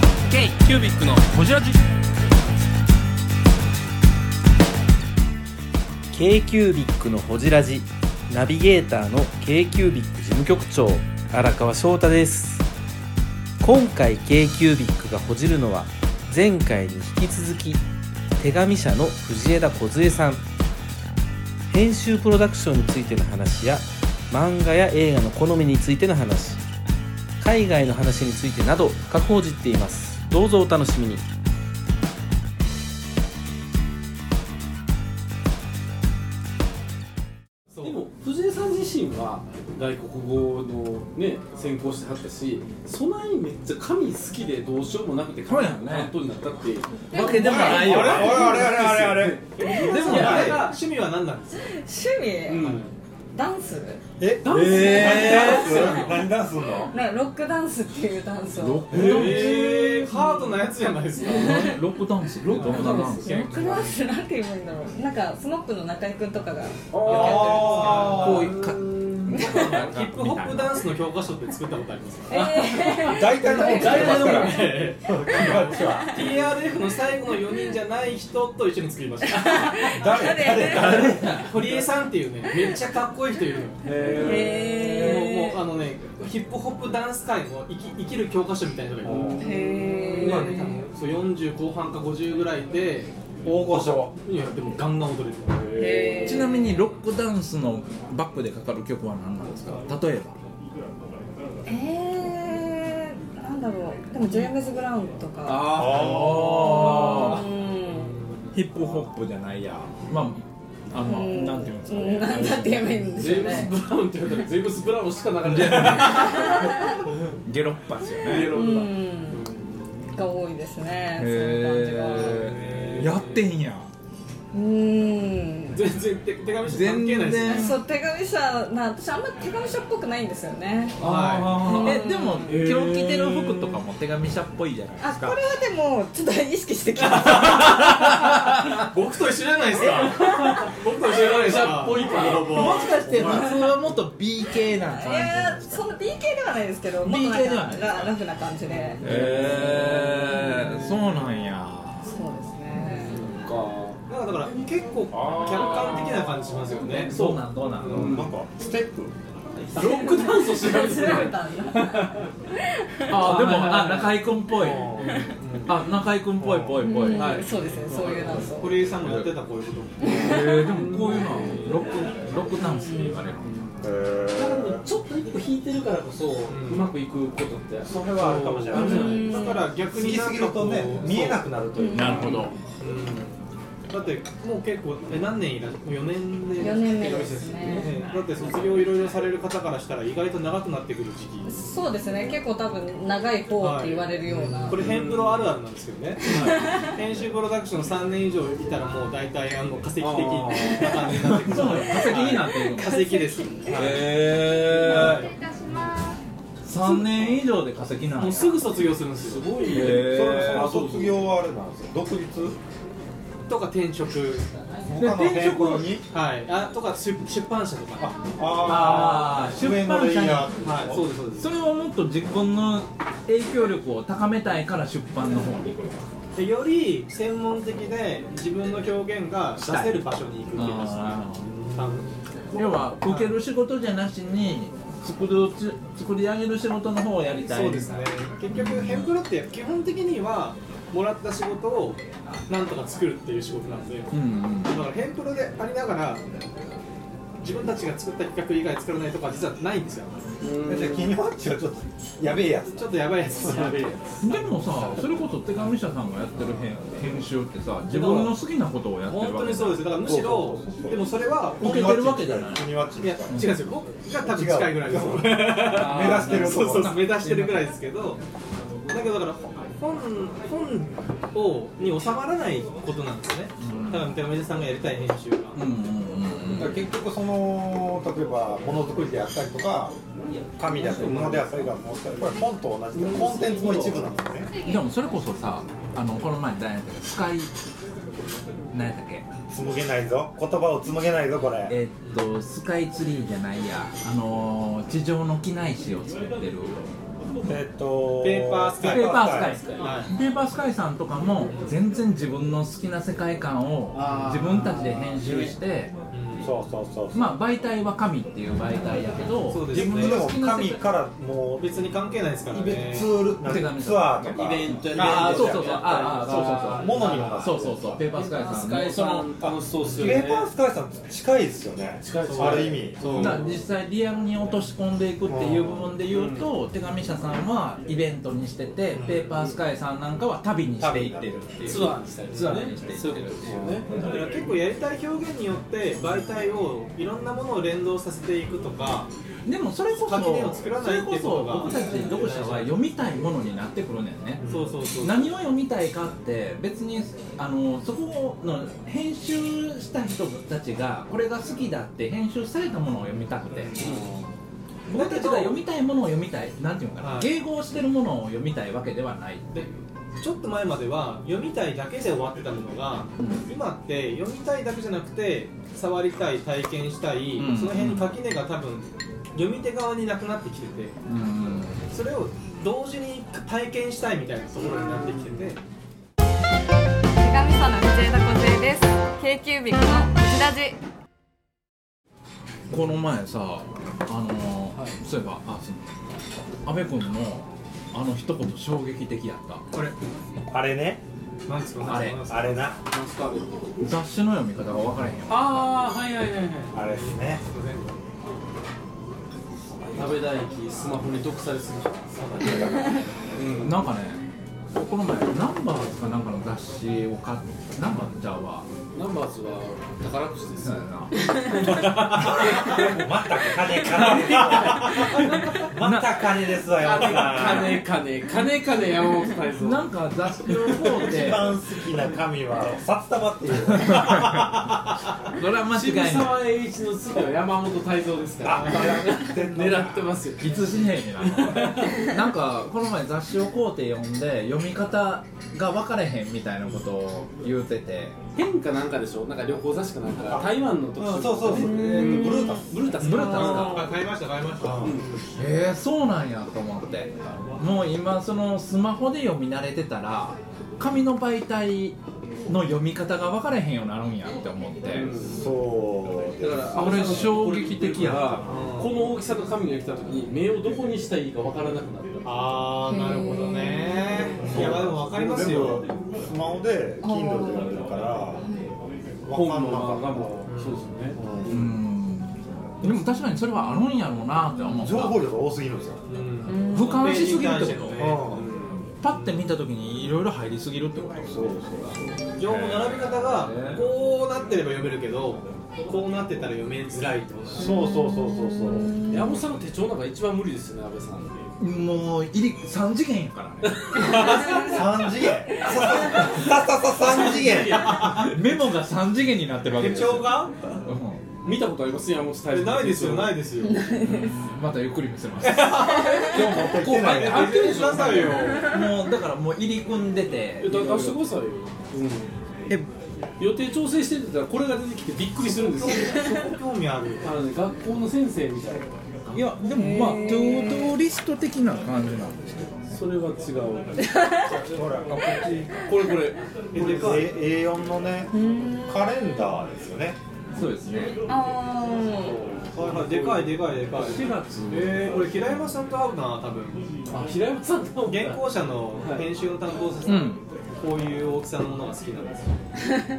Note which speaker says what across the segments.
Speaker 1: キュービックのホジラジ
Speaker 2: k c ー b i c のほじラジナビゲーターの k c ー b i c 事務局長荒川翔太です今回 k c ー b i c がほじるのは前回に引き続き手紙者の藤枝梢さん編集プロダクションについての話や漫画や映画の好みについての話海外の話についてなど深く報じっていますどうぞお楽しみに
Speaker 3: でも藤井さん自身は外国語のね専攻してはったしそないめっちゃ神好きでどうしようもなくて神の担当になったっていうわけでもないよあれあれあれあれあれでもあれが趣味は何なんですか、
Speaker 4: 趣味、
Speaker 3: うん、
Speaker 4: ダンス
Speaker 5: え
Speaker 3: ダンス
Speaker 5: 何ダンスすんの
Speaker 4: なロックダンスっていうダンスをロ
Speaker 3: えー、ハートなやつじゃないですか
Speaker 1: ロックダンスロックダンス
Speaker 4: ックダンスなんて言うんだろうなんかスマップの中居君とかがよく
Speaker 3: あ
Speaker 4: や
Speaker 3: こ
Speaker 4: っ
Speaker 3: うい
Speaker 4: て
Speaker 3: うかヒップホップダンスの教科書って作ったことありますか
Speaker 4: るんですけどえ
Speaker 5: 大体の方作ってますからこっちは
Speaker 3: TRF の最後の4人じゃない人と一緒に作りま した
Speaker 5: 誰誰誰
Speaker 3: 堀江さんっていうねめっちゃかっこいい人いるのよ
Speaker 4: ー、
Speaker 3: もう
Speaker 4: え
Speaker 3: もうあのねヒップホップダンス界の生き生きる教科書みたいなのがいる
Speaker 4: ー、へ
Speaker 3: 今ね多分そう40後半か50ぐらいで大御所いやでもガンガン踊れる
Speaker 4: ーへー
Speaker 1: ちなみにロックダンスのバックでかかる曲は何なんですか例えば
Speaker 4: えー、なんだろうでもジェームズ・ブラウンとか
Speaker 1: あ
Speaker 4: うん
Speaker 1: ヒップホップじゃないやまああの
Speaker 4: うん
Speaker 1: なんていうんですか
Speaker 4: うんなんだって言えばいいんで
Speaker 3: ジ
Speaker 4: すよ
Speaker 3: ェー
Speaker 4: ね
Speaker 3: ムズ・ブラウンって言われたらジェームズ・ブラウンしか流れてない
Speaker 1: ゲロッパですよね
Speaker 4: うんが多いですねそういう感じが
Speaker 1: へえやってんや
Speaker 4: うん
Speaker 3: 全然手手紙書関係ないです
Speaker 1: 全
Speaker 3: ね
Speaker 1: 然
Speaker 4: そう手紙者な私あんま手紙者っぽくないんですよね
Speaker 3: は
Speaker 1: えでも今日着てる服とかも手紙者っぽいじゃないで
Speaker 4: あ
Speaker 1: す
Speaker 4: こ
Speaker 1: か
Speaker 4: れはでもちょっと意識してき ました
Speaker 3: い僕と一緒じゃないですか僕と一緒じゃないですかっぽいから
Speaker 1: もしかして松尾はもっと B 系な感じ
Speaker 4: いやそんな BK ではないですけどもっと
Speaker 1: BK では
Speaker 4: な
Speaker 1: なんい
Speaker 4: かララフな感じで
Speaker 1: えー、そうなんや
Speaker 4: そうですね
Speaker 3: なんかだから結構客観的な感じしますよね
Speaker 1: そうなんどうなん
Speaker 3: うん
Speaker 5: なんかステップ
Speaker 3: ロックダンスをしないですね
Speaker 4: 調べたんだ
Speaker 1: あでもあ中居君っぽい
Speaker 3: うん
Speaker 1: あ中居君っぽいぽいぽい、
Speaker 4: うん
Speaker 1: はい、
Speaker 4: そうですねそういうなんそう
Speaker 3: 堀江さんもやってたこういうこと
Speaker 1: えー、でもこういうのはロックロックダンスで言われるんだ
Speaker 5: へー
Speaker 6: ちょっと一歩引いてるからこそ、
Speaker 3: ん
Speaker 6: うまくいくことって
Speaker 5: それはあるかもしれない
Speaker 4: うん
Speaker 3: だから逆
Speaker 5: 好
Speaker 3: に
Speaker 5: きすぎるとね見えなくなるという
Speaker 1: なるほど
Speaker 3: うんだってもう結構え何年いらっしゃ4年で
Speaker 4: 4年目ですね
Speaker 3: だって卒業いろいろされる方からしたら意外と長くなってくる時期
Speaker 4: そうですね結構多分長い方って言われるような
Speaker 3: これ編プロあるあるなんですけど ね、編集プロダクション3年以上いたらもう大体あの化石的な感じになってくる
Speaker 1: 化石になってるの
Speaker 3: 化石です、
Speaker 1: え
Speaker 3: はい
Speaker 1: ー、3年以上で化石なんや
Speaker 3: もうすぐ卒業するんですよすごい
Speaker 1: え
Speaker 5: それその
Speaker 1: ー、
Speaker 5: 卒業はあれなんですよ独立
Speaker 3: とか転職
Speaker 5: 他の転校に
Speaker 3: はいあとか出出版社とか
Speaker 1: あー
Speaker 5: 上のレイヤーってこと
Speaker 3: はいそうですそうです
Speaker 1: それをもっと自分の影響力を高めたいから出版の方に行く
Speaker 3: でより専門的で自分の表現が出せる場所に行くっていう
Speaker 1: あ
Speaker 3: か多分
Speaker 1: 要は受ける仕事じゃなしに作る作り上げる仕事の方をやりたい
Speaker 3: そうですね結局ヘンプロって基本的にはもらった仕事をなんとか作るっていう仕事なんでだ
Speaker 1: うんうん
Speaker 3: からヘンプロでありながら自分たちが作った企画以外作らないとか実はないんですよ
Speaker 5: じゃあ金曜っちはちょっとやべえやつ
Speaker 3: ちょっとやばいやつですやべえや
Speaker 1: でもさ、それこそ手紙社さんがやってる編編集ってさ、自分の好きなことをやって
Speaker 3: 本
Speaker 1: るわ
Speaker 3: 当
Speaker 1: けじ
Speaker 3: に
Speaker 1: ゃ
Speaker 3: そ
Speaker 1: ん
Speaker 3: うですよだからむしろでもそれは
Speaker 1: 受けてるわけじゃない
Speaker 5: 金曜っち
Speaker 3: いや違
Speaker 5: ですか
Speaker 3: うんですよ僕が多分近いぐらいです
Speaker 5: 違う
Speaker 1: あー
Speaker 5: 目指してるとこ
Speaker 3: そうそうそう目指してるぐらいですけどだけどだから本本をに収まらないことなんですよね、
Speaker 1: うん
Speaker 3: だから手紙さんがやりたい編集が、
Speaker 1: うんうんうん
Speaker 5: だから結局その例えばものづくりであったりとか紙であったり物であったりがもうこれ本と同じでコンテンツの一部なんですね
Speaker 1: うんでもそれこそさ、あのこの前誰やったっけ、スカイ何やったっけ、
Speaker 5: 紡げないぞ言葉を紡げないぞこれ
Speaker 1: えーっとスカイツリーじゃないや、あのー地上の機内紙を作ってる
Speaker 5: えっと
Speaker 3: ペーパースカイ
Speaker 1: ペーパースカイ
Speaker 5: ス
Speaker 3: はい
Speaker 1: ペーパースカイさんとかも全然自分の好きな世界観を
Speaker 3: あー
Speaker 1: 自分たちで編集して
Speaker 5: そうそうそうそう、
Speaker 1: まあ媒体は神っていう媒体やけど
Speaker 3: そうです
Speaker 5: 自
Speaker 3: ね
Speaker 5: 分でも神からもう
Speaker 3: 別に関係ないですからね
Speaker 5: ツールなん
Speaker 1: 手紙とか
Speaker 5: かツアーとか
Speaker 7: イベント
Speaker 1: ああ
Speaker 7: イ
Speaker 1: そう
Speaker 7: ベン
Speaker 1: そうそ
Speaker 7: ト
Speaker 1: う
Speaker 7: や
Speaker 1: あ
Speaker 7: ったり
Speaker 1: あああそう
Speaker 5: ものにもなる
Speaker 1: そうそうそうそうそうペーパースカイさんのその
Speaker 3: 楽しそうっす
Speaker 5: ペ
Speaker 3: よね
Speaker 5: ーパースカイさん近いですよね
Speaker 3: 近いです
Speaker 5: ある意味
Speaker 3: そう
Speaker 1: だから実際リアルに落とし込んでいくっていう部分で言うと手紙社さんはイベントにしててペーパースカイさんなんかは旅にしていってるっていう
Speaker 7: ツアーにしたり
Speaker 1: ツアーにしていって
Speaker 7: そう
Speaker 1: る
Speaker 7: いうことですよ
Speaker 3: ね
Speaker 7: ね
Speaker 3: だから結構やりたい表現によって媒体をいろんなものを連動させていくとか
Speaker 1: でもそれこそ
Speaker 3: 垣根を作ら
Speaker 1: そ
Speaker 3: ない
Speaker 1: れ
Speaker 3: って
Speaker 1: こ
Speaker 3: いうこ
Speaker 1: そ
Speaker 3: とが
Speaker 1: 僕たち読者は読みたいものになってくるねんね
Speaker 3: そうそうそう
Speaker 1: 何を読みたいかって別にあのそこの編集した人たちがこれが好きだって編集されたものを読みたくて僕たちが読みたいものを読みたいなんていうのかな、
Speaker 3: はい
Speaker 1: 迎合してるものを読みたいわけではないってい
Speaker 3: で
Speaker 1: う
Speaker 3: ちょっと前までは読みたいだけで終わってたものが、
Speaker 1: うん
Speaker 3: 今って読みたいだけじゃなくて触りたい体験したい、
Speaker 1: うん
Speaker 3: その辺に垣根が多分読み手側になくなってきてて
Speaker 1: うん
Speaker 3: それを同時に体験したいみたいなところになってきてて。
Speaker 8: 手紙さんの藤枝梢です。京急ビックの藤ラジ。
Speaker 1: この前さあのーそういえばあすいません阿部君のあの一言衝撃的やった
Speaker 3: これ
Speaker 5: あれね
Speaker 3: なんですか
Speaker 1: あれ
Speaker 3: なんですか
Speaker 5: あれな
Speaker 1: 雑誌の読み方が分からへんよ
Speaker 7: ああはいはいはいはい
Speaker 5: あれです ね
Speaker 7: 食べたい駅スマホに毒されすぎ
Speaker 1: なんかね、この前、ナンバーズかなんかの雑誌を買って、ナンバーズちゃうわ、
Speaker 7: ナンバーズは宝くじです
Speaker 1: そうやな
Speaker 5: また金金また金ですわ山本さん
Speaker 7: 金金金金山本太蔵
Speaker 1: なんか雑誌を買う
Speaker 5: 一
Speaker 1: て、
Speaker 5: 番好きな神は札束っていう
Speaker 1: それは間
Speaker 7: 渋
Speaker 1: 違いな
Speaker 7: 沢栄一の次は山本太蔵ですから狙ってますよ
Speaker 1: い、いつしねえにな、なんかこの前、雑誌を買うて読んで、読み方が分かれへんみたいなことを言うてて、
Speaker 7: 変かなんかでしょなんか旅行雑誌かなんか台湾の特集
Speaker 5: うんそうそうそう
Speaker 7: ね
Speaker 5: えーとブルータス
Speaker 7: ブルータス
Speaker 1: ブルータスか
Speaker 3: あ買いました買いました
Speaker 1: えー、そうなんやと思って、もう今、そのスマホで読み慣れてたら、紙の媒体の読み方が分かれへんようになるんやって思って。
Speaker 5: そう
Speaker 7: だから
Speaker 1: 俺衝撃的やった
Speaker 7: この大きさの神が来た時に目をどこにしたらいいかわからなくなった
Speaker 3: あーなるほどねいやでも分かりますよ
Speaker 5: 全部スマホで Kindle でやってるからわか
Speaker 7: 本
Speaker 5: んなか
Speaker 7: の
Speaker 5: っ
Speaker 7: が
Speaker 5: た
Speaker 7: もうそうですよね
Speaker 1: うんでも確かにそれはあるんやろうなって思っ
Speaker 5: 情報
Speaker 1: た
Speaker 5: 量が多すぎるんですよ
Speaker 3: うん
Speaker 1: 俯瞰しすぎるってこと、
Speaker 3: ね
Speaker 1: パッて見た時にいろいろ入りすぎるってこと
Speaker 5: そうそう
Speaker 3: 情報の並び方がこうなってれば読めるけどこうなってたら読めづらいってことだね
Speaker 5: そうそうそうそうそう
Speaker 7: 山本さんの手帳なんか一番無理ですよね安倍さん
Speaker 1: もう入り3次元やからね
Speaker 5: 三次元さささ三次元
Speaker 1: メモが3次元になってるわけ
Speaker 3: 手
Speaker 1: ですよ
Speaker 3: 帳が
Speaker 1: うん
Speaker 7: 見たことあります山本太
Speaker 3: え
Speaker 7: 蔵
Speaker 3: ないですよない
Speaker 7: で
Speaker 3: ですよ
Speaker 1: またゆっくり見せます今日も後
Speaker 3: あ
Speaker 1: 悔
Speaker 3: れ
Speaker 1: で
Speaker 3: あ
Speaker 1: 入
Speaker 3: っ
Speaker 1: って
Speaker 3: て
Speaker 1: る
Speaker 3: る
Speaker 1: で
Speaker 3: し
Speaker 1: し
Speaker 3: な
Speaker 1: ょ
Speaker 3: さいよ
Speaker 1: もうだからもう入り組んでて
Speaker 7: 出してくださいよ、うん、予定調整してたらこれが出てきてびっくりするんですよ
Speaker 3: 興味ある
Speaker 7: あのね学校の先生みたい
Speaker 1: いやでもまあトゥードリスト的な感じなんですけど
Speaker 7: なそれは違う
Speaker 5: ほらこっち
Speaker 7: これこれ
Speaker 5: これ A4 のねカレンダーですよね
Speaker 1: そうですね
Speaker 8: あ
Speaker 3: でかいでかいでかい
Speaker 1: 4月
Speaker 3: えー、俺平山さんと会うな多分
Speaker 7: あ平山さんの
Speaker 3: 原稿者の編集の担当者さん、
Speaker 1: うん
Speaker 3: こういう大きさのものが好きなんですよ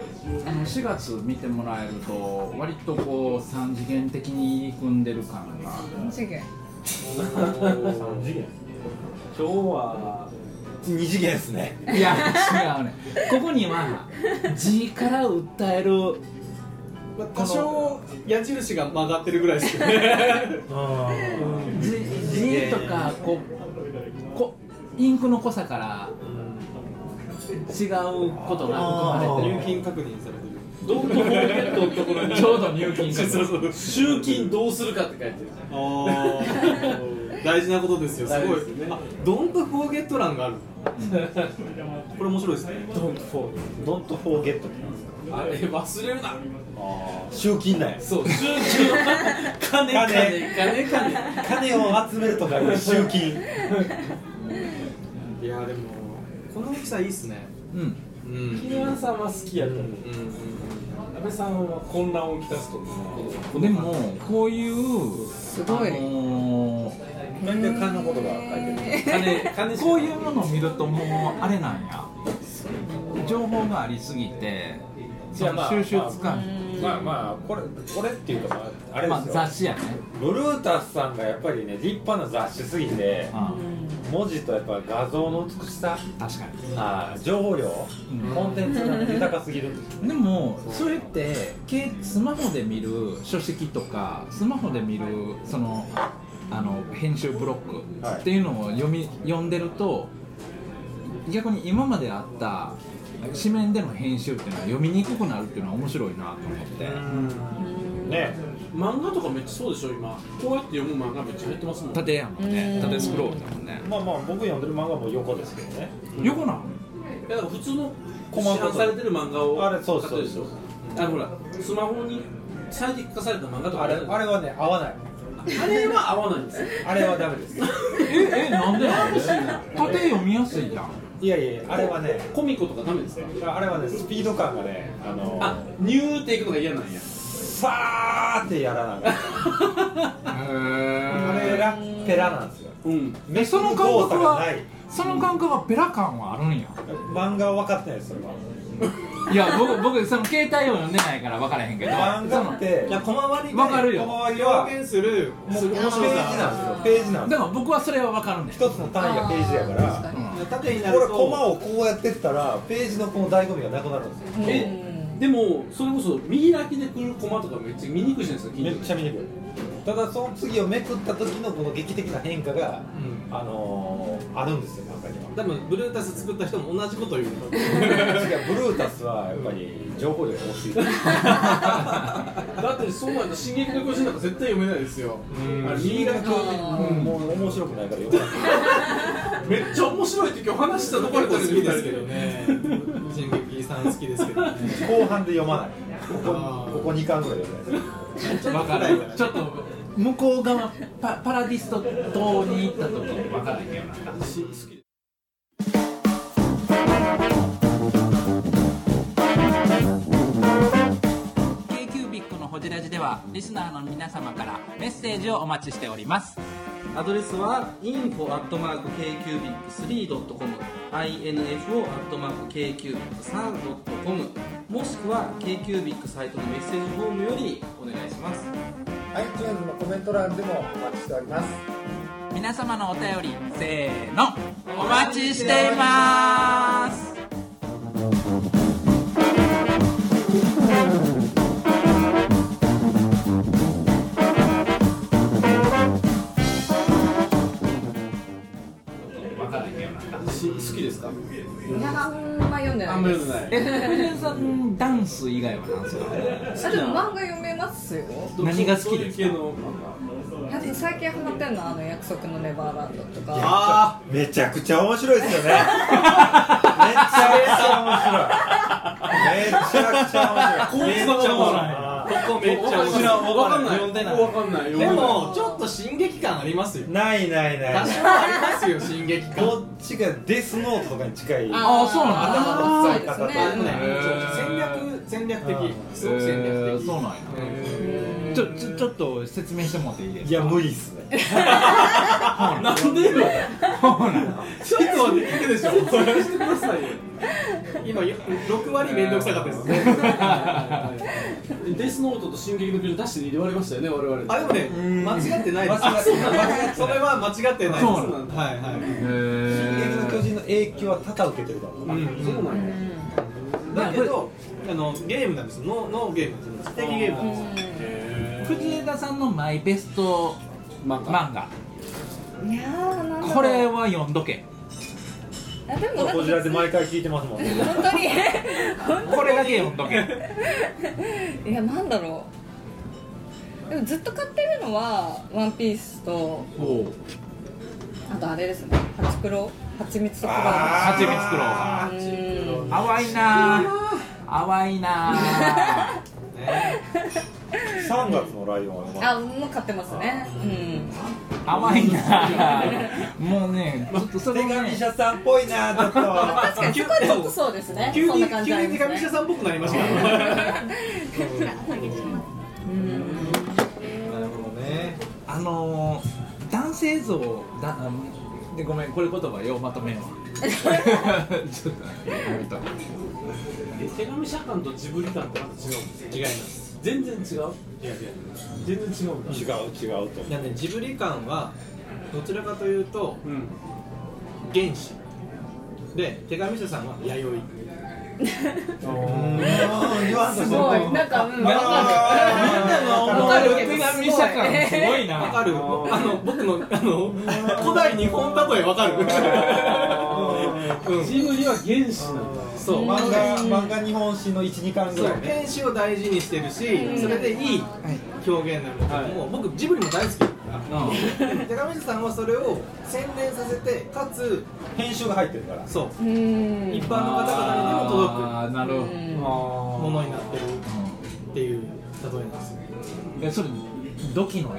Speaker 1: あの4月見てもらえると割とこう3次元的に組んでる感が
Speaker 8: あ、次元。
Speaker 5: 三次元
Speaker 7: 今日は
Speaker 5: 二次元ですね
Speaker 1: いや違うねここには 字から訴える
Speaker 3: まあ多少矢印が曲がってるぐらいですけどね
Speaker 1: 字字とかこうこインクの濃さから違うことが含まれ
Speaker 3: 入
Speaker 1: てる
Speaker 3: 金確認されてる
Speaker 7: どんどんホールケットのところに
Speaker 1: ちょうど入金
Speaker 7: そうそうそう集金どうするかって書いてる
Speaker 3: あ
Speaker 7: 大事なことですよす
Speaker 3: 大事
Speaker 7: ご
Speaker 3: で
Speaker 7: い
Speaker 3: すね
Speaker 7: あドントフォーゲット欄があるこれ面白いですね
Speaker 5: ドントフォーゲット
Speaker 7: あれ忘れるな
Speaker 5: 集金だよ
Speaker 7: そう集中金金金金
Speaker 5: 金を集めるとかいう集金
Speaker 7: いやでもこの大きさいいっすね
Speaker 1: うん
Speaker 7: うんうんうん
Speaker 3: 金安さんは好きやと思う安倍さんは混乱をきたすと思う
Speaker 1: でもこういうす
Speaker 8: ごい
Speaker 1: あのー
Speaker 5: なんで金のことが書いてる
Speaker 7: 金金
Speaker 1: こういうものを見るともうあれなんや情報がありすぎてそ
Speaker 5: いやま
Speaker 1: の
Speaker 5: あ
Speaker 1: 収集つかん
Speaker 5: まあまあこれこれっていうかまああれ
Speaker 1: まあ
Speaker 5: ですよ、
Speaker 1: 雑誌やね
Speaker 5: ブルータスさんがやっぱりね立派な雑誌すぎて
Speaker 1: あ
Speaker 5: 文字とやっぱ画像の美しさ
Speaker 1: 確かに
Speaker 5: あー情報量、
Speaker 1: ん
Speaker 5: コンテンツが豊かすぎる
Speaker 1: でもそれってけスマホで見る書籍とかスマホで見るそのあの編集ブロッ
Speaker 5: はい
Speaker 1: クっていうのを読み読んでると逆に今まであった紙面での編集っていうのは読みにくくなるっていうのは面白いなと思って
Speaker 5: ね
Speaker 7: 漫画とかめっちゃそうでしょ今こうやって読む漫画めっちゃ入ってますもん
Speaker 1: 縦やもんね縦スクロールだもんね
Speaker 5: まあまあ僕読んでる漫画も横ですけどね
Speaker 1: 横なの
Speaker 7: いや普通の市
Speaker 5: コマンド
Speaker 7: 販されてる漫画を
Speaker 5: あれそうそう
Speaker 7: 買ってるでしょあほらスマホに最適化された漫画とか
Speaker 5: あれあ
Speaker 7: る
Speaker 5: れ
Speaker 7: じゃない
Speaker 5: はね合わない
Speaker 7: あれは合わないんですよ
Speaker 5: あれはダメです
Speaker 1: ええなんでなんで 縦読みやすいじゃん
Speaker 5: いやいやあれはね
Speaker 7: コミコとかダメですか
Speaker 5: あれはねスピード感がねあの
Speaker 7: あニューっていくのが嫌なんや
Speaker 5: さーってやらな いあれラッペラなんですよ
Speaker 7: うん
Speaker 1: えその感
Speaker 5: 動
Speaker 1: 覚
Speaker 5: 作が
Speaker 1: は
Speaker 5: ない
Speaker 1: その感覚はペラ感はあるんや
Speaker 5: 漫画は分かってないですそれはい
Speaker 1: や僕僕その携帯を読んでないから分からへんけど
Speaker 5: 漫
Speaker 1: そ
Speaker 5: 画
Speaker 1: の
Speaker 5: って
Speaker 7: 小回り
Speaker 1: わかる
Speaker 5: 小
Speaker 1: よ
Speaker 5: 回りは
Speaker 7: 表現する
Speaker 5: もう
Speaker 7: す
Speaker 5: ペ
Speaker 7: ごい
Speaker 5: ー
Speaker 7: 面
Speaker 5: ジ
Speaker 7: 白さ
Speaker 5: なんですよページなんで
Speaker 1: でも僕はそれは分かるんです
Speaker 5: すよ一つの単位がページやから
Speaker 7: 縦にな
Speaker 5: こ
Speaker 7: る
Speaker 5: れ
Speaker 7: と
Speaker 5: コマをこうやってったらページのこの醍醐味がなくなるんですよ
Speaker 7: えでもそれこそ見開きで来るコマとかめっちゃ見にくいじゃないですか
Speaker 5: めっちゃ見にくいただその次をめくった時のこの劇的な変化が、
Speaker 7: う
Speaker 5: あのーあるんですよ漫画には
Speaker 7: 多分ブルータス作った人も同じこと言う
Speaker 5: 違うブルータスはやっぱり情報量が多すぎて
Speaker 7: だってそうなんだ進撃の巨人なんか絶対読めないですよあれ見開き
Speaker 5: もう面白くないからよくない
Speaker 7: めっちゃ面白いって今日話したところから見たけどね
Speaker 9: 進撃さん好きですけどね
Speaker 5: 後半で読まないここここ2巻ぐらい読まない
Speaker 1: 分かるちょっと向こう側パパラディスト島に行った時に分からへんようになったキュービックのホジラジではリスナーの皆様からメッセージをお待ちしております
Speaker 9: アドレスは info.kcubic3.com info.kcubic3.com もしくは KQBIC サイトのメッセージフォームよりお願いします
Speaker 5: iTunes のコメント欄でもお待ちしております
Speaker 1: 皆様のお便りせーのお待ちしています
Speaker 7: し好きですか
Speaker 8: いやあんま読んで
Speaker 7: あ
Speaker 8: なんい
Speaker 7: ま
Speaker 8: で
Speaker 7: り
Speaker 8: す
Speaker 7: 読んでない
Speaker 1: え藤井さんダンス以外は何ですか
Speaker 8: あでも漫画読めますよ
Speaker 1: 何が好きですか
Speaker 7: そういう系の
Speaker 8: いやでも最近ハマってんのはあの約束のネバーランドとか
Speaker 7: あ
Speaker 5: めちゃくちゃ面白いですよねめちゃめちゃ面白いめちゃくちゃ面白い
Speaker 7: 構図
Speaker 5: あ
Speaker 7: がわからないここめっちゃ面白いわかんない
Speaker 9: 読んでない
Speaker 7: わかんない
Speaker 9: でもちょっと進撃感ありますよ
Speaker 5: ーないないない
Speaker 9: 多
Speaker 5: ない
Speaker 9: 少ありますよ進撃感
Speaker 5: こっちがデスノートとかに近い
Speaker 1: あーそうなんだ
Speaker 8: そうですね
Speaker 5: あー
Speaker 9: ね
Speaker 1: へー
Speaker 9: 戦略戦略的すごく戦略
Speaker 1: え
Speaker 9: 的
Speaker 1: そうなんやちょちょちょっと説明してもらっていいですか
Speaker 5: いや無理っすね
Speaker 7: なんでよちょっとはできるでしょ説明してくださいよ
Speaker 9: 今6割面倒くさかったですね
Speaker 7: デスノートと進撃の巨人出して入れ割れましたよね我々
Speaker 9: あでもね間違ってないです
Speaker 5: 間違ってない
Speaker 9: あそうそれは間違ってないです
Speaker 1: そう
Speaker 7: なんだ
Speaker 9: はいはい
Speaker 1: へー
Speaker 5: 進撃の巨人の影響は多々受けてるかも、
Speaker 9: うん
Speaker 7: そうなんや
Speaker 9: だけどあのゲームなんですよノーノーゲームなんですよ知的ゲームなんですよ
Speaker 1: 藤枝さんのマイベスト
Speaker 7: 漫画
Speaker 1: 漫画
Speaker 8: うんいやーなんだろう
Speaker 1: これは読んどけ
Speaker 8: あでもなんか
Speaker 5: こちらで毎回聞いてますもんね
Speaker 8: 本当に本
Speaker 1: これだけ読んどけ
Speaker 8: 当にい やなんだろうでもずっと買ってるのは「ワンピースと
Speaker 1: おう
Speaker 8: 「
Speaker 4: あとあれですねハチクロハチミツとか
Speaker 1: 蜂蜜クロー
Speaker 4: うーん
Speaker 1: 淡いなぁ淡いなぁ
Speaker 5: 3月のライオンはね
Speaker 4: あもう買ってますねうん
Speaker 1: 淡いなぁもうねちょっとそれがね
Speaker 5: 社さんっぽいなちょっと
Speaker 4: 確かにそこはちょっとそうですね
Speaker 7: 急
Speaker 4: そん
Speaker 7: に
Speaker 4: な感じあ
Speaker 7: 急
Speaker 4: り
Speaker 7: に手
Speaker 4: ます
Speaker 7: 紙
Speaker 4: ね
Speaker 7: 社さんっぽくなりましたね
Speaker 4: うん
Speaker 5: なるほどね
Speaker 1: あのー、男性像だあでごめんこれ言葉ようまとめんわちょっとやめとこう
Speaker 7: え手紙社感とジブリ感ってまた違うん違います全然違う違う違う全然違うんだ
Speaker 5: 違う違うと
Speaker 3: いやねジブリ感はどちらかというと
Speaker 7: うん
Speaker 3: 原始で手紙書さんは弥生
Speaker 5: 言わんと
Speaker 4: す
Speaker 5: す
Speaker 4: ごいなんかうんわかる
Speaker 3: わかるけど
Speaker 7: 手紙社感
Speaker 4: すごい
Speaker 7: すごいなわかるあの僕のあの古代日本例えわかるジブリは原始なんだ
Speaker 3: そう
Speaker 5: 漫画漫画日本史の12巻ぐ
Speaker 3: そう
Speaker 5: らいね
Speaker 3: 天使を大事にしてるしそれでいい表現なんだけども、僕ジブリも大好き手紙書さんはそれを宣伝させてかつ
Speaker 5: 編集が入ってるから
Speaker 3: そううん一般の方々にも届
Speaker 1: あーなるほど
Speaker 4: うん
Speaker 3: くものになってるっていう例えなんですよ
Speaker 1: えそれ土器の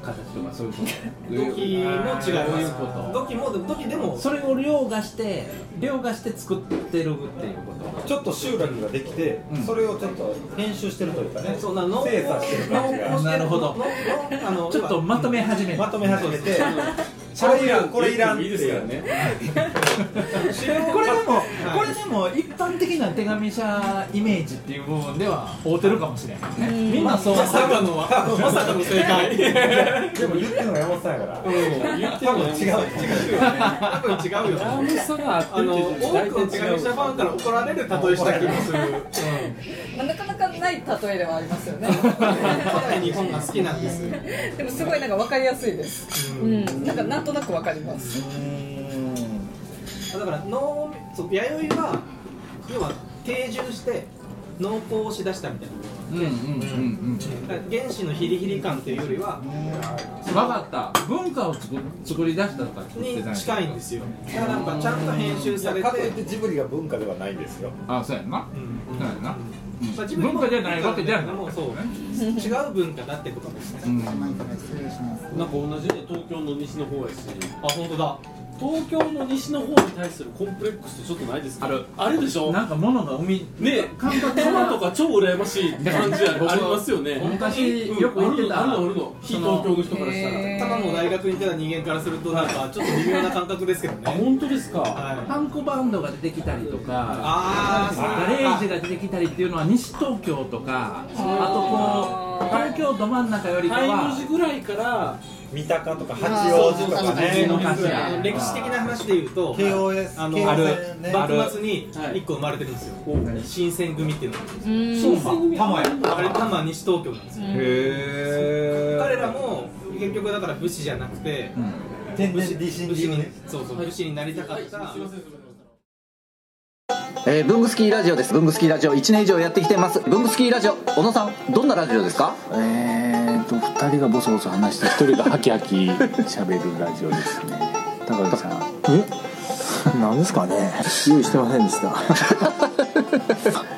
Speaker 1: 形とかそういうこと
Speaker 3: 土器も違います
Speaker 1: そういうこと
Speaker 3: 土器もでも土器でも
Speaker 1: それを凌駕して凌駕して作ってるっていうこと
Speaker 5: ちょっと集落ができて、
Speaker 1: うん
Speaker 5: それをちょっと編集してるというかね
Speaker 3: そうなの
Speaker 5: 精査してる感じが
Speaker 1: なるほど
Speaker 3: あの
Speaker 1: ちょっとまとめ始め
Speaker 5: ま
Speaker 1: た
Speaker 5: とめ始めてこれいらんこれいらんって
Speaker 7: いい
Speaker 5: い
Speaker 7: ですから
Speaker 5: う
Speaker 7: ね
Speaker 1: これでも、これでも一般的な手紙社イメージっていう部分では合うてるかもしれないね、
Speaker 4: うん
Speaker 1: みんなそう思う、
Speaker 7: かのまさかの正解
Speaker 5: でも言ってるのが山本さんやから多分違う違う
Speaker 3: 多分違うよねあの多くの手紙者ファンから怒られる例えした気もする
Speaker 4: まあなかなかない例えではありますよね
Speaker 3: 古代日本が好きなんです
Speaker 4: でもすごいなんかわかりやすいですうんなんかなんとなくわかります
Speaker 3: だから農そう弥生は要は定住して農耕をしだしたみたい
Speaker 1: うんうんうん
Speaker 3: なだから原始のヒリヒリ感というよりは
Speaker 1: うん分かった文化を作作り出したとか作って
Speaker 3: に
Speaker 1: ない
Speaker 3: 近いんですよだからやっぱちゃんと編集されて
Speaker 5: かといってジブリが文化ではないんですよ
Speaker 1: あそうやんな、
Speaker 3: うん
Speaker 1: そうやんな、うん
Speaker 3: まあ自分の
Speaker 1: 文化じゃないわけじゃない
Speaker 3: もうそう違う文化だってことですね
Speaker 1: うん、
Speaker 7: なんか同じね東京の西の方やし
Speaker 3: あ本当だ
Speaker 7: 東京の西の方に対するコンプレックスってちょっとないですか
Speaker 1: ある
Speaker 7: あるでしょ
Speaker 1: なんか物が生み
Speaker 7: ねえ
Speaker 1: 感覚
Speaker 7: 玉とか超羨ましい感じあり
Speaker 1: 僕
Speaker 7: ますよね
Speaker 1: 昔
Speaker 7: うん
Speaker 1: よく言ってた
Speaker 7: あるのあるの非
Speaker 1: そ
Speaker 7: 東
Speaker 1: の
Speaker 7: 京の人からしたら
Speaker 4: へー
Speaker 3: ただの大学にいた人間からするとなんかちょっと微妙な感覚ですけどね
Speaker 7: あ本当ですか、
Speaker 3: はい
Speaker 1: パンコバンドが出てきたりとか
Speaker 3: あ
Speaker 1: ガレージが出てきたりっていうのは西東京とかあとこう東京ど真ん中よりか
Speaker 7: タイム
Speaker 1: は
Speaker 7: 時ぐらいから
Speaker 5: 三鷹とか八王子とかね
Speaker 1: そうそうそうそう
Speaker 3: あ歴史的な話で言うと
Speaker 5: 慶応です
Speaker 3: あの
Speaker 5: 慶応
Speaker 3: あ
Speaker 5: 戦ね
Speaker 1: ある
Speaker 3: 幕末に一個生まれてるんですよ新選組っていうのが
Speaker 4: うん
Speaker 7: 新選組
Speaker 5: 玉や
Speaker 3: あれ多摩西東京なんですよ
Speaker 1: へ
Speaker 3: 彼らも結局だから武士じゃなくて
Speaker 1: うん
Speaker 5: 天
Speaker 3: 武士
Speaker 5: 然理心
Speaker 3: 武
Speaker 5: 流
Speaker 3: 士に
Speaker 5: ね
Speaker 3: そうそう武士になりたかった
Speaker 2: えー、ブングスキーラジオですブングスキーラジオ1年以上やってきてますブングスキーラジオ小野さんどんなラジオですかえーと2人がボソボソ話して1人がハキハキ喋るラジオですね高木さんえなんですかね用意してませんでした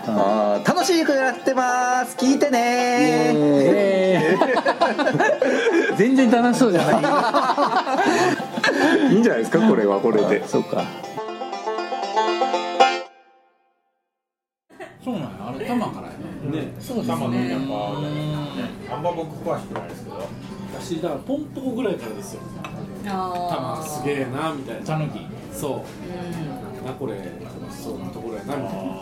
Speaker 2: あー楽しい曲やってます聞いてね 全然楽しそうじゃ ないいいんじゃないですかこれはこれでそうか
Speaker 1: そうなんやあれ玉からやね
Speaker 4: そうです
Speaker 5: 玉のやっ
Speaker 4: ね
Speaker 5: ぱあんま僕詳しくないですけど
Speaker 7: 私だからポンポコぐらいからですよ
Speaker 4: あ
Speaker 7: 玉すげえなみたいな
Speaker 1: たぬき
Speaker 7: そ
Speaker 4: ーうん
Speaker 7: うなこれ楽しそうなところやなみたいな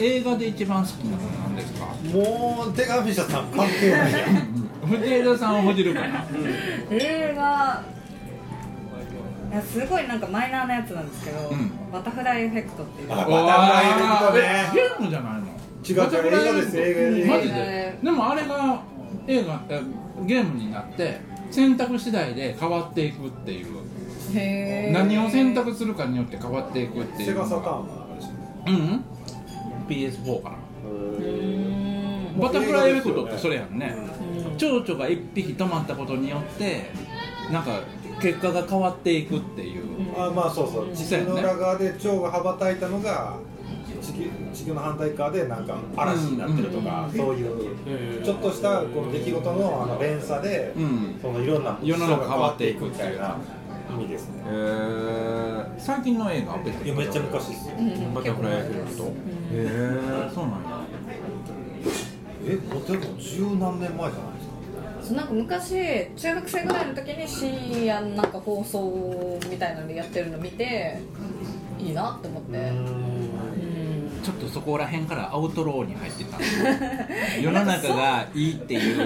Speaker 1: 映画で一番好きなのなんですか
Speaker 5: もう手紙社さん関係ないやん
Speaker 1: 藤枝さんをほじる かな
Speaker 4: 映画いやすごいなんかマイナーなやつなんですけど、
Speaker 1: ん
Speaker 4: バタフライエフェクトっていう
Speaker 5: あバタフライエフェクトね
Speaker 1: えゲームじゃないの
Speaker 5: 違う
Speaker 1: バタフライエフェクト
Speaker 5: 映画です映画です
Speaker 1: マジででもあれが映画えゲームになって選択次第で変わっていくっていう
Speaker 4: へー
Speaker 1: 何を選択するかによって変わっていくってい
Speaker 5: セ
Speaker 1: う
Speaker 5: ガ
Speaker 1: の
Speaker 5: サタ
Speaker 1: が
Speaker 5: ーンの話
Speaker 1: うんうん PS4 かな
Speaker 4: うん
Speaker 1: バタフライエフェクトってそれやんね蝶々が一匹止まったことによってなんか結果が変わっていくっていう
Speaker 5: あまあそうそう地球の裏側で蝶が羽ばたいたのが地球地球の反対側でなんか嵐になってるとか、そういうちょっとしたこの出来事のあの連鎖で、
Speaker 1: うん
Speaker 5: そのいろんな
Speaker 1: 世の中変わっていく
Speaker 5: みたいな意味ですね
Speaker 1: えー、最近の映画別
Speaker 5: いやめっちゃ昔ですよ
Speaker 1: バタフライエフェクトへえー、そうなんや
Speaker 5: えもうでも十何年前じゃないですか
Speaker 4: なんか昔中学生ぐらいの時に深夜のなんか放送みたいなのでやってるの見ていいなって思ってうん
Speaker 1: ちょっとそこら辺からアウトローに入ってたんですよ 世の中がいいっていう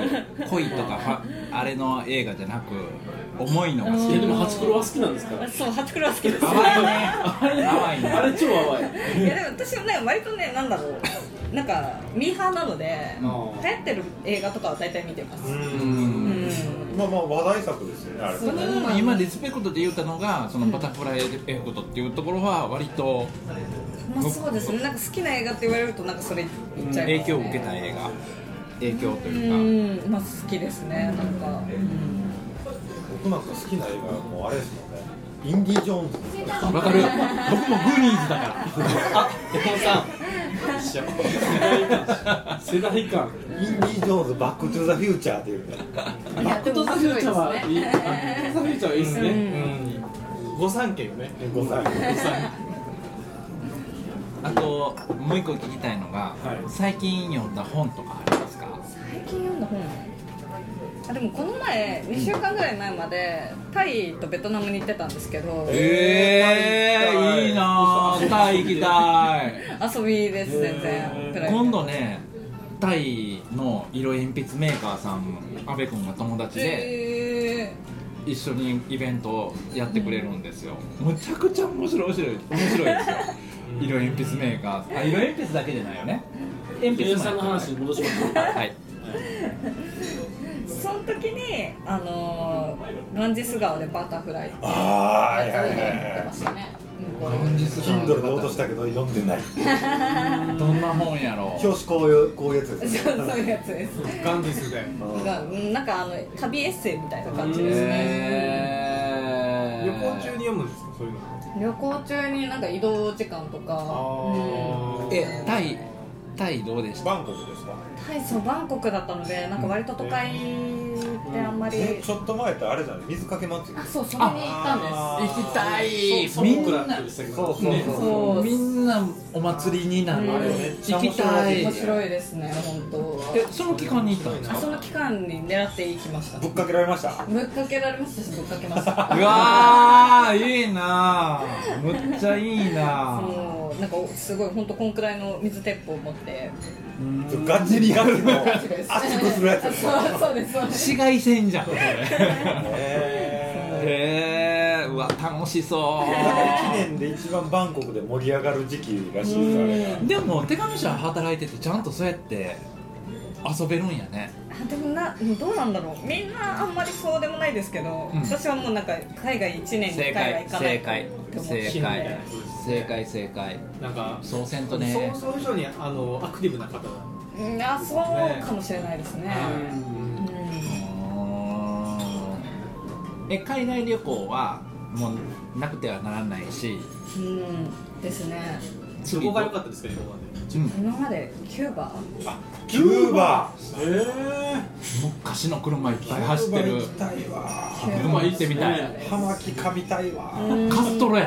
Speaker 1: 恋とかファあれの映画じゃなく重いのが好
Speaker 3: い
Speaker 1: き
Speaker 3: やでもハチクロは好きなんですから
Speaker 4: そう初クロは好きです
Speaker 1: 淡いね淡いね
Speaker 3: あれ超淡い
Speaker 4: いやでも私もね割とねなんだろうなんかミーハーなので流行ってる映画とかは大体見てますう
Speaker 1: う
Speaker 4: ん
Speaker 1: ん
Speaker 5: まあまあ話題作ですよねあれ
Speaker 1: それでも今リスペクトで言ったのがそのバタフライエフェクトっていうところは割と
Speaker 4: まあそうですねなんか好きな映画って言われるとなんかそれ言っちゃ
Speaker 1: 影
Speaker 4: います
Speaker 1: 響を受け
Speaker 4: ね
Speaker 1: た映画影響と
Speaker 4: う
Speaker 1: いうか
Speaker 4: んまあ好きですねなんか
Speaker 5: 僕なんか好きな映画はもうあれですもんねインディ・ジョーンズですよね
Speaker 1: わかる僕もグーニーズだから
Speaker 3: 世代間
Speaker 5: インディ・ジョーンズバック・トゥ・ザ・フューチャーっていうね
Speaker 4: いやでも面
Speaker 3: フュー
Speaker 4: 白
Speaker 3: チャー
Speaker 4: いです
Speaker 3: は
Speaker 4: ね
Speaker 3: いいあサフューチャーはいいですね
Speaker 10: 御三家よね
Speaker 5: 5歳
Speaker 1: あともう一個聞きたいのが、
Speaker 3: はい
Speaker 1: 最近読んだ本とかありますか
Speaker 4: 最近読んだ本あでもこの前2週間ぐらい前までタイとベトナムに行ってたんですけど
Speaker 1: えー、いいなぁタイ行きたい
Speaker 4: 遊びです全然プライベート
Speaker 1: 今度ねタイの色鉛筆メーカーさん阿部君が友達で
Speaker 4: え
Speaker 1: 一緒にイベントをやってくれるんですよ、むちゃくちゃ面白い面白い面白いですよ色鉛筆メーカーあ色鉛筆だけじゃないよね鉛筆
Speaker 3: 皆さんの話に戻しましょう
Speaker 1: はい
Speaker 4: ーその時にあのーガンジス川でバタフライって
Speaker 5: ああいやい
Speaker 4: やって
Speaker 5: や
Speaker 4: ましたね向こ
Speaker 1: 本日が
Speaker 5: Kindle で落としたけど読んでない
Speaker 1: どんな本やろ
Speaker 5: 表紙こういうこういうやつ
Speaker 4: う
Speaker 5: です
Speaker 4: そう
Speaker 5: よ
Speaker 4: そう
Speaker 5: ね
Speaker 4: いうやつです
Speaker 10: ガンディスで
Speaker 4: がうんなんかあの旅エッセイみたいな感じですね
Speaker 1: えー、
Speaker 10: 旅行中に読むんですかそういうの
Speaker 4: 旅行中になんか移動時間とか
Speaker 10: あー
Speaker 1: えタイタイどうでした
Speaker 5: バンコクですか
Speaker 4: うんタイそうバンコクだったのでなんか割と都会ってあんまり
Speaker 5: えちょっと前ってあれじゃない水かけ祭り
Speaker 4: あそうそれに行ったんです
Speaker 1: 行きたい
Speaker 3: そう
Speaker 1: みん
Speaker 3: 僕ら
Speaker 1: な
Speaker 3: と一緒に
Speaker 5: そうそうそう
Speaker 4: そう
Speaker 1: みんなお祭りになる、
Speaker 4: うん
Speaker 1: 行きたい
Speaker 4: 面白いですね本
Speaker 1: え
Speaker 4: 当
Speaker 1: その期間に行ったんです
Speaker 4: あ
Speaker 1: か
Speaker 4: その期間に狙っていきました
Speaker 5: ぶっかけられました
Speaker 4: ぶっかけられましたしぶっかけました
Speaker 1: うわーいいなぁむっちゃいいなぁ
Speaker 4: もうなんかすごい本当こんくらいの水鉄砲を持って
Speaker 5: ガチリアル の
Speaker 4: 熱
Speaker 5: 熱くするやつです
Speaker 4: そうそうですそうです
Speaker 1: 紫外線 じゃんそれ
Speaker 5: え
Speaker 1: へえー、うわ楽しそ
Speaker 5: ー記念で一番バンコクで盛り上がる時期らしいですあれが
Speaker 1: う でも手紙社働いててちゃんとそうやって遊べるんやね
Speaker 4: あでもなどうなんだろうみんなあんまりそうでもないですけど、
Speaker 1: うん
Speaker 4: 私はもうなんか海外1年に
Speaker 1: 正
Speaker 4: 1回は
Speaker 1: 解
Speaker 4: 行かない
Speaker 1: 正解
Speaker 4: って思って
Speaker 1: 正解正解正解
Speaker 10: なんか
Speaker 1: そうせんとね
Speaker 10: 想像以上にあのアクティブな方だ
Speaker 4: うんあそうかもしれないですね
Speaker 1: うーんえ海外旅行はもうなくてはならないし
Speaker 4: うん、うん、ですね
Speaker 1: 次
Speaker 7: どこが良かったですか今まで
Speaker 4: 今までキューバ
Speaker 5: キューバ
Speaker 1: 昔の車いっぱい走っ
Speaker 5: キュ
Speaker 1: て
Speaker 5: ーバ
Speaker 1: る
Speaker 5: 行きたいわ
Speaker 1: 車行ってみたい
Speaker 5: 葉巻噛みたいわ
Speaker 4: うん
Speaker 1: カストロやん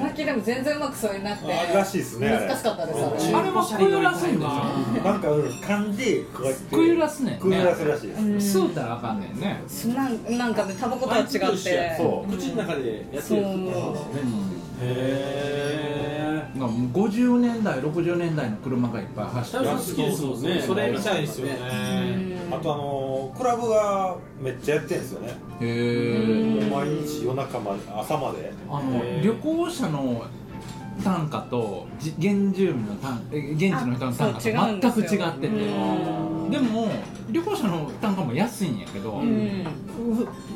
Speaker 4: 葉巻でも全然うまくそうになくて
Speaker 5: あらしいですねあれ
Speaker 4: 難しかったですあれ
Speaker 1: あれは食いらすんですよ
Speaker 5: なんかうん噛んでこうやって
Speaker 1: 食いらすねん
Speaker 5: 食いら
Speaker 1: ね
Speaker 5: すらしいです
Speaker 1: 吸うたらあかんねんね
Speaker 4: そなんなんかねタバコとは違って
Speaker 5: そう
Speaker 7: 口の中でやっ
Speaker 4: そ
Speaker 7: て
Speaker 4: う
Speaker 7: るへ
Speaker 1: なんかもう50年代60年代の車がいっぱい走ってる
Speaker 7: 好きですもんね
Speaker 10: それみたいですよね
Speaker 5: あとあのークラブがめっちゃやってんですよね
Speaker 1: へえ
Speaker 5: もう毎日夜中まで朝まで
Speaker 1: あの旅行者の単価とじ現住民の単え現地の人の単価
Speaker 4: そう違うんで
Speaker 1: と
Speaker 4: すよ
Speaker 1: 全く違ってて
Speaker 4: うん
Speaker 1: でも旅行者の単価も安いんやけど、
Speaker 4: うん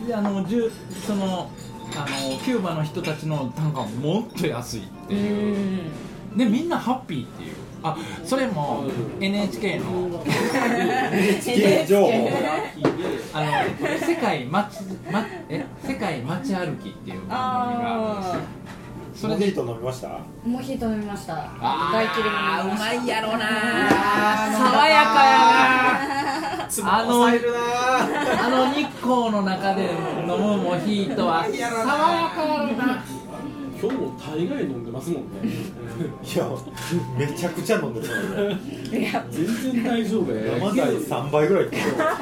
Speaker 1: ふあのじゅそのあのキューバの人たちの単価はもっと安いって
Speaker 4: う
Speaker 1: いう、
Speaker 4: ん
Speaker 1: でみんなハッピーっていうあそれも NHK の
Speaker 5: NHK 情報
Speaker 1: あの世界街、ま、え世界街歩きっていう番組が
Speaker 4: あ
Speaker 1: それで
Speaker 5: ヒート飲みました
Speaker 4: あモヒート飲みました
Speaker 1: あー
Speaker 4: 大切りも飲みました
Speaker 1: うまいやろな
Speaker 4: 爽やかやな
Speaker 1: あのあの日光の中で飲むモヒートは爽やかやろな
Speaker 3: 今日も大概飲んでますもんね
Speaker 5: いやめちゃくちゃ飲んでる
Speaker 3: 全然大丈夫や
Speaker 5: 山田3倍ぐらい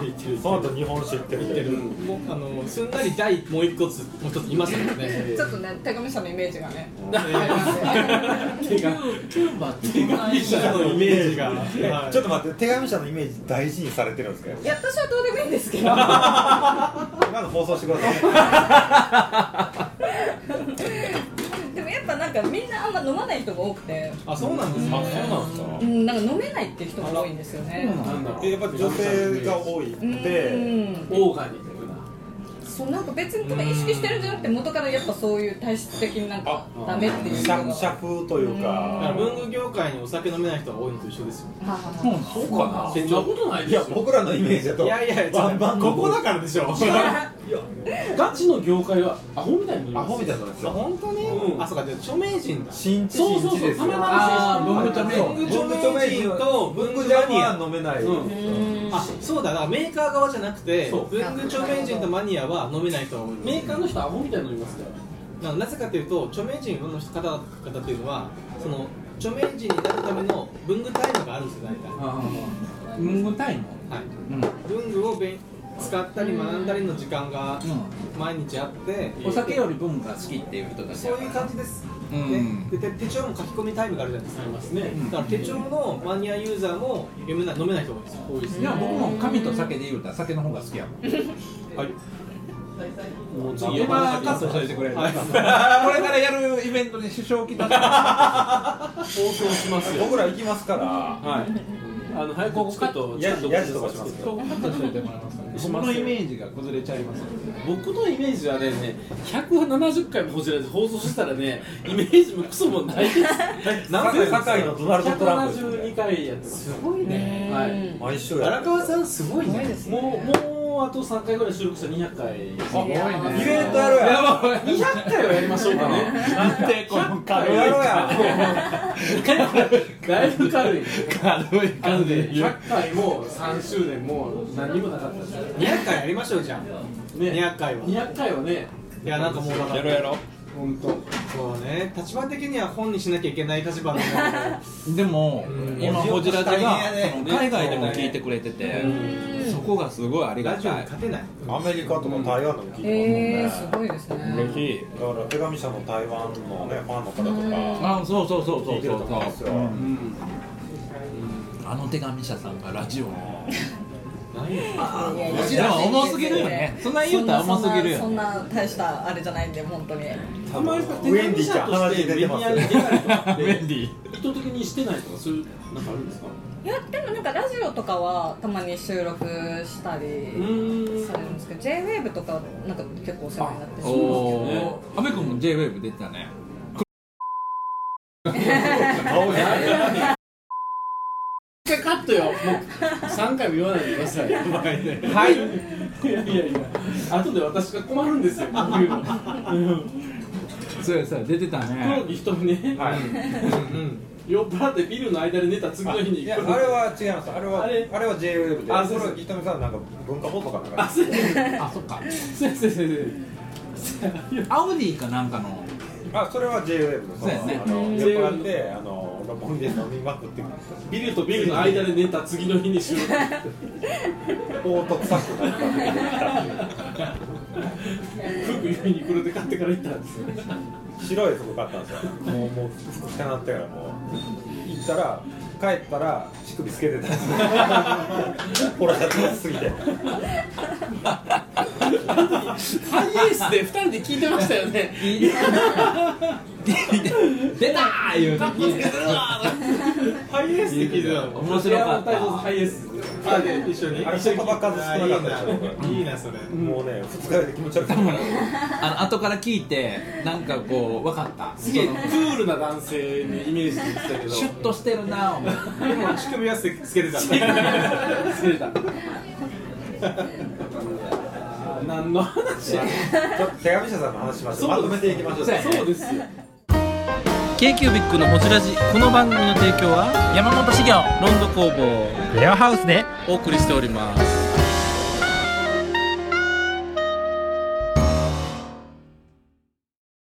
Speaker 5: いってるその後日本酒行ってる
Speaker 7: もうあのすんなり第もう一個つもう一ついましたもん ね
Speaker 4: ちょっとね手紙さんのイメージがね
Speaker 7: 手が
Speaker 1: キューバって
Speaker 7: 手紙者のイメージが
Speaker 5: はいちょっと待って手紙者のイメージ大事にされてるんですか
Speaker 4: いや私はどうでもいいんですけど
Speaker 5: 今の放送してください
Speaker 4: でもやっぱなんかみんなあんま飲まない人が多くて
Speaker 7: あそうなんですかそうなんで
Speaker 4: うんなんか飲めないって人が多いんですよね
Speaker 7: なんだろう
Speaker 5: でやっぱ女性が多い
Speaker 4: うん
Speaker 5: んで
Speaker 7: オーガニックな
Speaker 4: そうなんか別に多分意識してるんじゃなくて元からやっぱそういう体質的になんかダメっていう
Speaker 5: 社
Speaker 4: のが
Speaker 5: 社風という
Speaker 7: だから
Speaker 5: か
Speaker 7: 文具業界にお酒飲めない人が多いのと一緒ですよ
Speaker 4: は
Speaker 1: う
Speaker 4: は
Speaker 1: んそうかな
Speaker 7: そんなことない
Speaker 5: い
Speaker 7: です
Speaker 5: や
Speaker 7: よ
Speaker 5: 僕らのイメージだと
Speaker 7: いやいや
Speaker 5: バンバン
Speaker 7: ここだからで しょガチの業界はアホみたいにアホみたいなんですよ
Speaker 10: 本当に、
Speaker 7: うん
Speaker 10: あそうかじゃあ著名人だ
Speaker 5: 新知
Speaker 7: そう
Speaker 5: 新
Speaker 7: そう
Speaker 5: 知
Speaker 7: そう
Speaker 5: です
Speaker 7: ため
Speaker 5: よ
Speaker 1: あ
Speaker 7: ら
Speaker 1: ー
Speaker 7: の
Speaker 1: 文具著名
Speaker 7: 精神文
Speaker 1: 人
Speaker 7: 具著名人と文具ジャニア
Speaker 5: は飲めない
Speaker 7: うん
Speaker 4: うん
Speaker 10: あそうだだからメーカー側じゃなくて
Speaker 7: そう
Speaker 10: 文具著名人とマニアは飲めないとは思います
Speaker 7: メーカーの人アホみたいに飲みますから
Speaker 10: ななぜかというと著名人の方々っていうのはその著名人になるための文具タイムがあるんですよ大体、は
Speaker 1: 文具タイム
Speaker 10: い、
Speaker 1: うん
Speaker 10: 文具を勉使ったり学んだりの時間が
Speaker 1: う
Speaker 10: 毎日あって、
Speaker 1: んお酒より文具が好きっていう人たち
Speaker 10: そういう感じです、
Speaker 1: うん
Speaker 10: ね、で手手帳も書き込みタイムがあるじゃないです
Speaker 7: あ
Speaker 10: か
Speaker 7: りますね
Speaker 1: うん
Speaker 10: だから手帳のマニアユーザーも読めない飲めない人が多いですよ
Speaker 7: 多いです
Speaker 1: い
Speaker 7: ね
Speaker 1: や僕も神と酒で言うたら酒の方が好きやもん
Speaker 7: もう
Speaker 1: 今カットしといてくれる、
Speaker 7: はい
Speaker 1: これからやるイベントに首相来た
Speaker 7: 放送しますよ
Speaker 5: 僕ら行きますから
Speaker 7: はいあの早くチケットをちゃんと
Speaker 5: ヤジとかします
Speaker 1: カットしといてもらえますかね
Speaker 7: し
Speaker 1: 僕
Speaker 7: ますよ
Speaker 1: のイメージが崩れちゃいますよ
Speaker 7: 僕のイメージはね、170回もこちらで放送したらね、イメージもクソもない です。
Speaker 5: 何歳堺のドナルド・トランプですよね
Speaker 7: 172回やってます。すごいね。はい。
Speaker 5: 毎週や
Speaker 10: 荒川さんすごいね
Speaker 7: もう、もうあと3回ぐらい収録したら200回。
Speaker 1: すごいね
Speaker 5: イベントやろうや
Speaker 7: 200回はやりましょうかね。
Speaker 1: なんでこの軽
Speaker 5: やろうや
Speaker 7: だいぶ軽い。
Speaker 1: 軽い
Speaker 7: な
Speaker 1: 感
Speaker 7: の
Speaker 1: じ
Speaker 7: で、
Speaker 1: で
Speaker 7: 100回も3周年も何にもなかったですね。
Speaker 10: 200回やりましょうじゃん200回はい
Speaker 7: 200回はね、
Speaker 10: やなんかもうだから
Speaker 5: ろうやろう
Speaker 7: 本当。
Speaker 10: そうね立場的には本にしなきゃいけない立場なの
Speaker 1: でも今ホジラジがその海外でも聞いてくれててそこがすごいあり
Speaker 10: で
Speaker 1: が
Speaker 10: ラジオに
Speaker 1: たい
Speaker 10: 勝てない
Speaker 5: アメリカとか台湾でも聞いてますも
Speaker 4: えー、す
Speaker 5: んね、
Speaker 4: ごいですね
Speaker 1: 嬉しい
Speaker 5: だから手紙社の台湾のねファンの方とか
Speaker 1: あそうそうそうそ
Speaker 5: 聞いうてる
Speaker 1: そ
Speaker 5: と思うん
Speaker 1: う
Speaker 5: です
Speaker 1: そ
Speaker 5: よ、
Speaker 1: うあの手紙社さんがラジオにでも重すぎるよねそんな言うたら重すぎるよね
Speaker 4: そんなそんな大したあれじゃないんで本当に
Speaker 7: たまにさ、
Speaker 5: ウェンディちゃん
Speaker 7: 手紙者としてメディアに出たりとかって
Speaker 1: メンディー
Speaker 7: 意図的にしてないとかそういうなんかあるんですか
Speaker 4: いやでもなんかラジオとかはたまに収録した
Speaker 7: う
Speaker 4: り
Speaker 7: ーん
Speaker 4: されるんですけど JWAVE とかなんか結構お世話になってしまう
Speaker 1: お
Speaker 7: うですね
Speaker 1: お阿部君も JWAVE 出てたね
Speaker 5: 青い
Speaker 7: 一回カットよもう3回も言わないでください
Speaker 1: はい
Speaker 7: いやいやいや後で私が困るんですよこういうの
Speaker 1: そうやそうや出てた
Speaker 7: 黒
Speaker 1: ね
Speaker 7: 木瞳ね
Speaker 5: はい
Speaker 7: 酔っ払ってビルの間で寝た次の日
Speaker 5: い
Speaker 7: に
Speaker 5: やあれは違いますあれは
Speaker 7: あ
Speaker 5: あ
Speaker 7: れ
Speaker 5: れは JWAVE で
Speaker 7: あ
Speaker 5: あ
Speaker 7: そう
Speaker 5: そ
Speaker 7: そ
Speaker 5: れ
Speaker 7: う
Speaker 5: は伊丹さんなんか文化放送かなん
Speaker 7: あ
Speaker 5: か
Speaker 7: そうやそう
Speaker 1: あそっか
Speaker 7: やそうやそうやそうや
Speaker 1: アウディかなんかの
Speaker 5: あそれは JWAVE の
Speaker 1: そうですね
Speaker 5: あの酔
Speaker 7: JWAVE
Speaker 5: っ払ってあの六本木で飲みまくって
Speaker 7: ビルとビルの間で寝た次の日に収録
Speaker 5: 凹凸作くなったっていう
Speaker 7: 服指にこれで買ってから行ったんですよ
Speaker 5: 白い服買ったんですよもうもう服着たなってからもう行ったら帰ったら乳首つけてたんですよほら立ちすぎて
Speaker 7: ハイエースで2人で聞いてましたよね
Speaker 1: 出たー言うて聞いて
Speaker 7: ハイエースって聞いてたの
Speaker 1: 面白かった
Speaker 7: いやもう大丈夫ですハイエースあで一緒に
Speaker 5: あれ言葉数少なかったでしょ
Speaker 7: あいいないいなそれ
Speaker 5: もうね二日酔いで気持ち悪くなる
Speaker 1: あの後から聞いてなんかこう分かった
Speaker 7: すげえクールな男性のイメージで言ってたけど
Speaker 1: シュッとしてるなお前
Speaker 7: でも乳首はつけ てたつ けてた何の話や
Speaker 5: ちょっと手紙者さんの話しましょうまとめていきましょう
Speaker 7: そうですよ
Speaker 2: k q b i c のホジラジこの番組の提供は山本資源ロンド工房レアハウスでお送りしております